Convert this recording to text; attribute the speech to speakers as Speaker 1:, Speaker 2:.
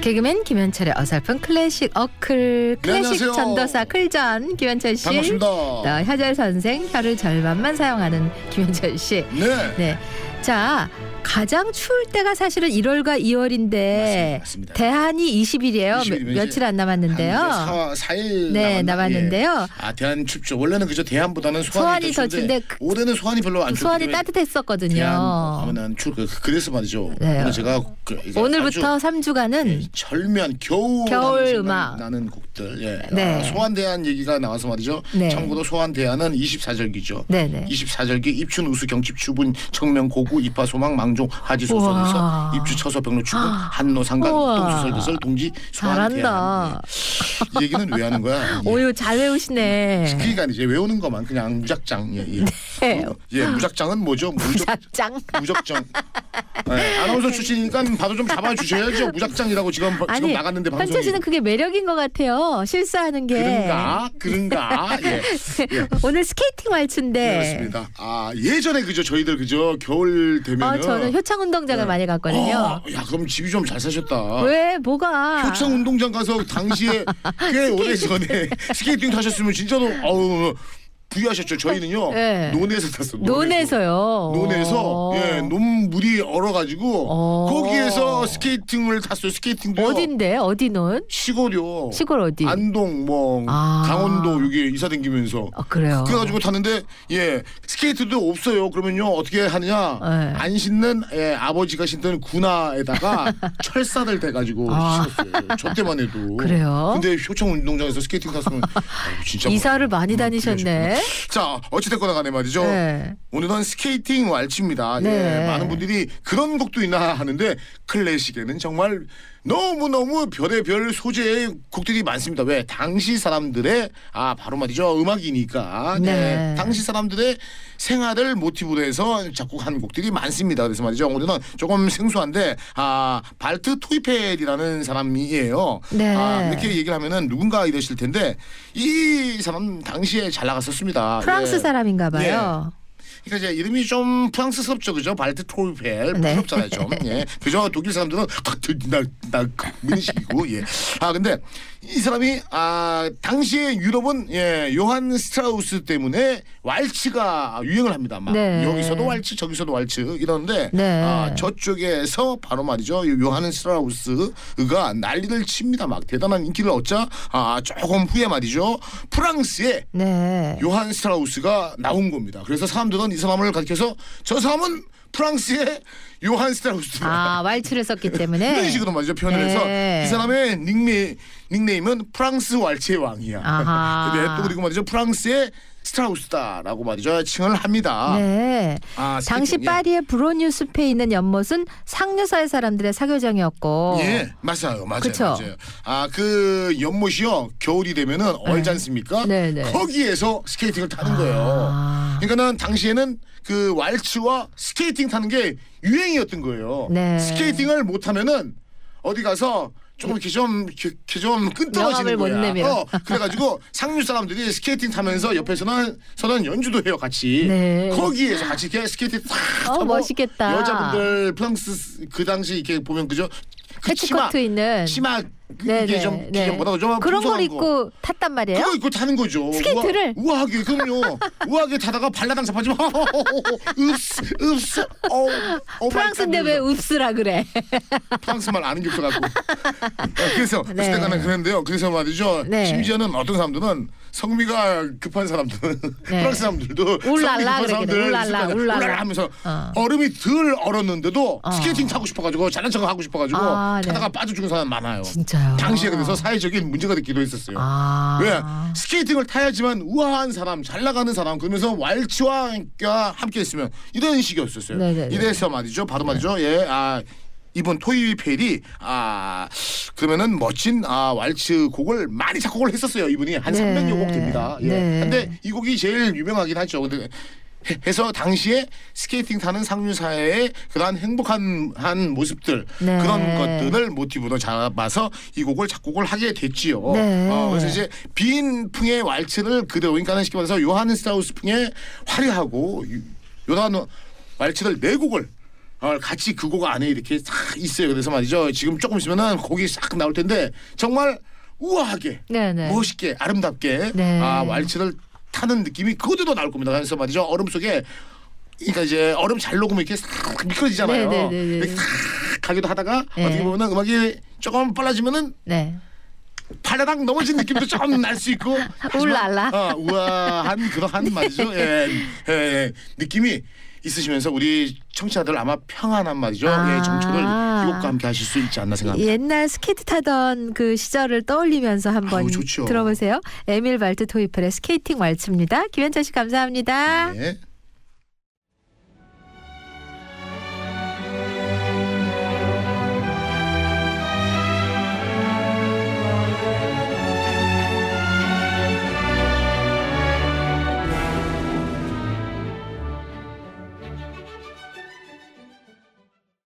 Speaker 1: 개그맨 김현철의 어설픈 클래식 어클 클래식
Speaker 2: 네, 안녕하세요.
Speaker 1: 전도사 클전 김현철 씨.
Speaker 2: 반갑습니다.
Speaker 1: 또 혀절 선생 혀를 절반만 사용하는 김현철 씨.
Speaker 2: 네.
Speaker 1: 네. 자, 가장 추울 때가 사실은 1월과 2월인데
Speaker 2: 맞습니다.
Speaker 1: 대한이 20일이에요.
Speaker 2: 20일 이면
Speaker 1: 며칠 안
Speaker 2: 한
Speaker 1: 남았는데요.
Speaker 2: 사, 사일
Speaker 1: 네,
Speaker 2: 남았나? 예.
Speaker 1: 남았는데요.
Speaker 2: 아 대한 춥죠. 원래는 그저 대한보다는
Speaker 1: 소환이
Speaker 2: 소환이,
Speaker 1: 더
Speaker 2: 추운데
Speaker 1: 추운데 그-
Speaker 2: 올해는 소환이 별로 안
Speaker 1: 그
Speaker 2: 추.
Speaker 1: 소환이 따뜻했었거든요.
Speaker 2: 대한 하면은 추 그- 그래서 말이죠.
Speaker 1: 네.
Speaker 2: 오늘 제가 예. 그, 이게
Speaker 1: 오늘부터
Speaker 2: 아주
Speaker 1: 3주간은
Speaker 2: 절묘한 겨울
Speaker 1: 겨울
Speaker 2: 하면서
Speaker 1: 음악.
Speaker 2: 나는 곡들. 예.
Speaker 1: 네.
Speaker 2: 아, 소환 대한 얘기가 나와서 말이죠.
Speaker 1: 네.
Speaker 2: 참고로 소환 대한은 24절기죠.
Speaker 1: 네네.
Speaker 2: 24절기 입춘 우수 경칩 추분 청명 고구 입하 소망 망종 하지
Speaker 1: 우와. 아.
Speaker 2: 소설에서 입주 처서 병로 추분 한노 상간
Speaker 1: 우와.
Speaker 2: 동수설 그설 동지 소환 대한.
Speaker 1: 잘한다.
Speaker 2: 이 얘기는 왜 하는 거야? 예.
Speaker 1: 오유 잘 외우시네.
Speaker 2: 그러니까 이제 외우는 것만 그냥 무작정 예, 예.
Speaker 1: 네.
Speaker 2: 어, 예 무작정은 뭐죠? 무적,
Speaker 1: 아, 짱.
Speaker 2: 무적정. 예, 아나운서 출신이니까 바로 좀 잡아주셔야죠. 무작정이라고 지금 어, 지금
Speaker 1: 아니
Speaker 2: 나갔는데 방송이.
Speaker 1: 현철 씨는 그게 매력인 것 같아요. 실수하는 게.
Speaker 2: 그런가? 그런가? 예. 예.
Speaker 1: 오늘 스케이팅
Speaker 2: 네,
Speaker 1: 왈츠인데.
Speaker 2: 그렇습니다. 아 예전에 그죠 저희들 그죠 겨울 되면은
Speaker 1: 어, 저는 효창 운동장을
Speaker 2: 네.
Speaker 1: 많이 갔거든요.
Speaker 2: 어, 야 그럼 집이 좀 잘 사셨다.
Speaker 1: 왜 뭐가?
Speaker 2: 효창 운동장 가서 당시에 꽤 오래 전에 스케이팅 타셨으면 진짜로 어우 부유하셨죠. 저희는요
Speaker 1: 네.
Speaker 2: 논에서 탔어.
Speaker 1: 논에서요.
Speaker 2: 논에서
Speaker 1: 어.
Speaker 2: 예 논물이 얼어가지고
Speaker 1: 어.
Speaker 2: 거기에서 스케이팅을 탔어요. 스케이팅도
Speaker 1: 어딘데? 어디 논?
Speaker 2: 시골이요.
Speaker 1: 시골 어디?
Speaker 2: 안동 뭐
Speaker 1: 아.
Speaker 2: 강원도 여기 이사 댕기면서
Speaker 1: 아, 그래요.
Speaker 2: 그래가지고 탔는데 예 스케이트도 없어요. 그러면요 어떻게 하느냐
Speaker 1: 네.
Speaker 2: 안 신는 예, 아버지가 신던 구나에다가 철사를 대가지고
Speaker 1: 아.
Speaker 2: 신었어요. 저 때만 해도
Speaker 1: 그래요?
Speaker 2: 근데 효청 운동장에서 스케이팅 탔으면 아유, 진짜
Speaker 1: 이사를 많이 다니셨네.
Speaker 2: 자 어찌됐거나 간에 말이죠.
Speaker 1: 네.
Speaker 2: 오늘은 스케이팅 왈츠입니다.
Speaker 1: 네.
Speaker 2: 예, 많은 분들이 그런 곡도 있나 하는데 클래식에는 정말 너무너무 별의별 소재의 곡들이 많습니다. 왜? 당시 사람들의 아 바로 말이죠. 음악이니까.
Speaker 1: 네.
Speaker 2: 예, 당시 사람들의 생활을 모티브로 해서 작곡한 곡들이 많습니다. 그래서 말이죠. 오늘은 조금 생소한데 아 발트 토이펠이라는 사람이에요.
Speaker 1: 네.
Speaker 2: 아, 이렇게 얘기를 하면은 누군가 이러실 텐데 이 사람 당시에 잘 나갔었습니다.
Speaker 1: 프랑스
Speaker 2: 예.
Speaker 1: 사람인가 봐요.
Speaker 2: 그러니까 이제 이름이 좀 프랑스스럽죠, 그죠? 발트 토이펠
Speaker 1: 네.
Speaker 2: 부럽잖아요, 좀. 예, 그죠? 독일 사람들은 나나 민식이고, 예. 아 근데 이 사람이 아 당시에 유럽은 예 요한 스트라우스 때문에 왈츠가 유행을 합니다. 막
Speaker 1: 네.
Speaker 2: 여기서도 왈츠, 저기서도 왈츠 이러는데
Speaker 1: 네.
Speaker 2: 아 저쪽에서 바로 말이죠, 이 요한 스트라우스가 난리를 칩니다. 막 대단한 인기를 얻자 아 조금 후에 말이죠, 프랑스에
Speaker 1: 네.
Speaker 2: 예. 요한 스트라우스가 나온 겁니다. 그래서 사람들은 이 사람을 가리켜서 저 사람은 프랑스의 요한 스트라우스다.
Speaker 1: 아 왈츠를 썼기
Speaker 2: 이런
Speaker 1: 때문에.
Speaker 2: 식으로 말이죠 표현을
Speaker 1: 네.
Speaker 2: 해서 이 사람의 닉네, 닉네임은 프랑스 왈츠의 왕이야.
Speaker 1: 아하.
Speaker 2: 근데 또 그리고 말이죠 프랑스의 스트라우스다라고 말이죠 칭을 합니다.
Speaker 1: 네.
Speaker 2: 아,
Speaker 1: 당시
Speaker 2: 스케이팅, 예.
Speaker 1: 파리의 브로뉴 숲에 있는 연못은 상류사회 사람들의 사교장이었고
Speaker 2: 예, 맞아요, 맞아요,
Speaker 1: 그쵸?
Speaker 2: 맞아요. 아, 그 연못이요, 겨울이 되면은 얼지 않습니까?
Speaker 1: 네, 아. 네.
Speaker 2: 거기에서 스케이팅을 타는 거예요. 그러니까는 당시에는 그 왈츠와 스케이팅 타는 게 유행이었던 거예요.
Speaker 1: 네.
Speaker 2: 스케이팅을 못 하면은 어디 가서 조금 이렇게 좀, 이렇게 좀
Speaker 1: 명함을
Speaker 2: 끈떨어지는
Speaker 1: 못
Speaker 2: 거야.
Speaker 1: 내밀어.
Speaker 2: 어, 그래가지고 상류 사람들이 스케이팅 타면서 옆에서는 서는 연주도 해요, 같이.
Speaker 1: 네.
Speaker 2: 거기에서 같이 이렇게 스케이팅 탁
Speaker 1: 어,
Speaker 2: 타고
Speaker 1: 멋있겠다.
Speaker 2: 여자분들 프랑스 그 당시 이렇게 보면 그죠? 그 치마
Speaker 1: 패치코트 있는
Speaker 2: 치마 그
Speaker 1: 네,
Speaker 2: 이게
Speaker 1: 네,
Speaker 2: 좀
Speaker 1: 네.
Speaker 2: 이게 뭐라고 좀
Speaker 1: 그런 걸
Speaker 2: 풍성한 거.
Speaker 1: 입고 탔단 말이에요?
Speaker 2: 그거 입고 타는 거죠.
Speaker 1: 스케이트를?
Speaker 2: 우아, 우아하게 그럼요. 우아하게 타다가 발라당 잡아주면 읍스 읍스 어, 어
Speaker 1: 프랑스인데
Speaker 2: 마이 갓.
Speaker 1: 왜 읍스라 그래?
Speaker 2: 프랑스 말 아는 게 없어갖고 그래서
Speaker 1: 네.
Speaker 2: 그때 가는 그랬는데요. 그래서 말이죠.
Speaker 1: 네.
Speaker 2: 심지어는 어떤 사람들은 성미가 급한 사람들은
Speaker 1: 네.
Speaker 2: 프랑스 사람들도
Speaker 1: 울랄라 그러겠네.
Speaker 2: 성미 급한 사람들
Speaker 1: 울랄라,
Speaker 2: 있을 거 아니야.
Speaker 1: 울랄라.
Speaker 2: 울랄라 하면서
Speaker 1: 어.
Speaker 2: 얼음이 덜 얼었는데도
Speaker 1: 어.
Speaker 2: 스케이팅 타고 싶어가지고 잘난 척 하고 싶어가지고
Speaker 1: 아, 네.
Speaker 2: 타다가 빠져 죽은 사람 많아요.
Speaker 1: 진짜요?
Speaker 2: 당시에 그래서 사회적인 문제가 됐기도 했었어요.
Speaker 1: 아.
Speaker 2: 왜 예, 스케이팅을 타야지만 우아한 사람 잘 나가는 사람 그러면서 왈츠와 함께 했으면 이런 식이었었어요
Speaker 1: 네네네.
Speaker 2: 이래서 말이죠 바로 말이죠 예아 이번 토이펠이 아 그러면은 멋진 아 왈츠 곡을 많이 작곡을 했었어요 이분이 한
Speaker 1: 네.
Speaker 2: 300여 곡 됩니다 예
Speaker 1: 네.
Speaker 2: 근데 이 곡이 제일 유명하긴 하죠 근데 해- 해서 당시에 스케이팅 타는 상류 사회의 그러한 행복한 한 모습들
Speaker 1: 네.
Speaker 2: 그런 것들을 모티브로 잡아서 이 곡을 작곡을 하게 됐지요.
Speaker 1: 네.
Speaker 2: 어, 그래서 이제 빈 풍의 왈츠를 그대로 그러니까 쉽게 말해서 요한 스트라우스 풍의 화려하고 요- 요단 왈츠를 네 곡을 어, 같이 그 곡 안에 이렇게 싹 있어요. 그래서 말이죠. 지금 조금 있으면은 곡이 싹 나올 텐데 정말 우아하게
Speaker 1: 네네.
Speaker 2: 멋있게 아름답게
Speaker 1: 네.
Speaker 2: 아 왈츠를 타는 느낌이 그것도 더 나올 겁니다. 그래서 말이죠. 얼음 속에 그러니까 이제 얼음 잘 녹으면 이렇게 싹 미끄러지잖아요.
Speaker 1: 네, 네, 네, 네.
Speaker 2: 이렇게 싹 가기도 하다가
Speaker 1: 네.
Speaker 2: 어떻게 보면 음악이 조금 빨라지면은
Speaker 1: 네.
Speaker 2: 팔라당 넘어진 느낌도 조금 날 수 있고 하지만,
Speaker 1: 울랄라.
Speaker 2: 어, 우아한 그러한 말이죠 예, 예, 예, 느낌이 있으시면서 우리 청취자들 아마 평안한 말이죠
Speaker 1: 아.
Speaker 2: 예, 정초를 이곡과 함께 하실 수 있지 않나 생각합니다
Speaker 1: 옛날 스케이트 타던 그 시절을 떠올리면서 한번
Speaker 2: 아우, 좋죠.
Speaker 1: 들어보세요. 에밀 발트 토이펠의 스케이팅 왈츠입니다. 김현철 씨 감사합니다.
Speaker 2: 예.